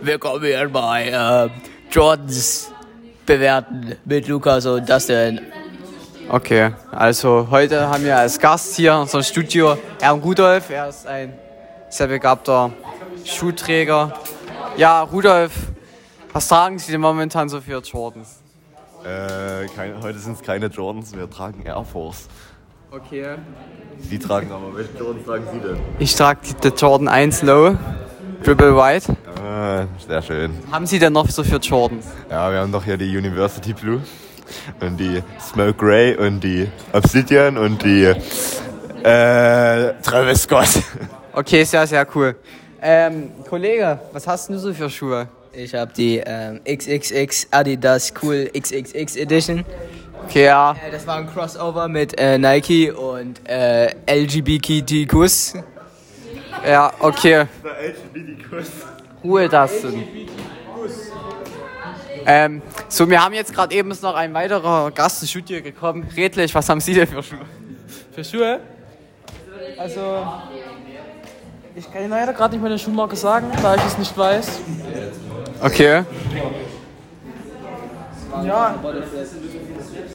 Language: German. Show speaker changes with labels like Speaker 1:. Speaker 1: Willkommen hier bei äh, Jordans Bewerten mit Lukas und Dustin.
Speaker 2: Okay, also heute haben wir als Gast hier in unserem Studio Herrn Rudolf. Er ist ein sehr begabter Schuhträger. Ja, Rudolf, was tragen Sie denn momentan so für Jordans?
Speaker 3: Äh, keine, heute sind es keine Jordans, wir tragen Air Force.
Speaker 2: Okay.
Speaker 3: Sie tragen aber, welche Jordans tragen Sie denn?
Speaker 2: Ich trage die, die Jordan 1 Low, Triple White.
Speaker 3: Äh, sehr schön.
Speaker 2: Haben Sie denn noch so für Jordans?
Speaker 3: Ja, wir haben doch hier die University Blue und die Smoke Grey und die Obsidian und die äh, Travis Scott.
Speaker 2: Okay, sehr, sehr cool. Ähm, Kollege, was hast denn du so für Schuhe?
Speaker 1: Ich habe die ähm, XXX Adidas Cool XXX Edition.
Speaker 2: Okay, ja.
Speaker 1: Äh, das war ein Crossover mit äh, Nike und äh, LGBTQs.
Speaker 2: Ja, okay. Ruhe das denn. Ähm, so, wir haben jetzt gerade eben ist noch ein weiterer Gast ins Studio gekommen. Redlich, was haben Sie denn für Schuhe?
Speaker 4: Für Schuhe? Also, ich kann Ihnen leider gerade nicht meine Schuhmarke sagen, da ich es nicht weiß.
Speaker 2: Okay.
Speaker 4: Ja,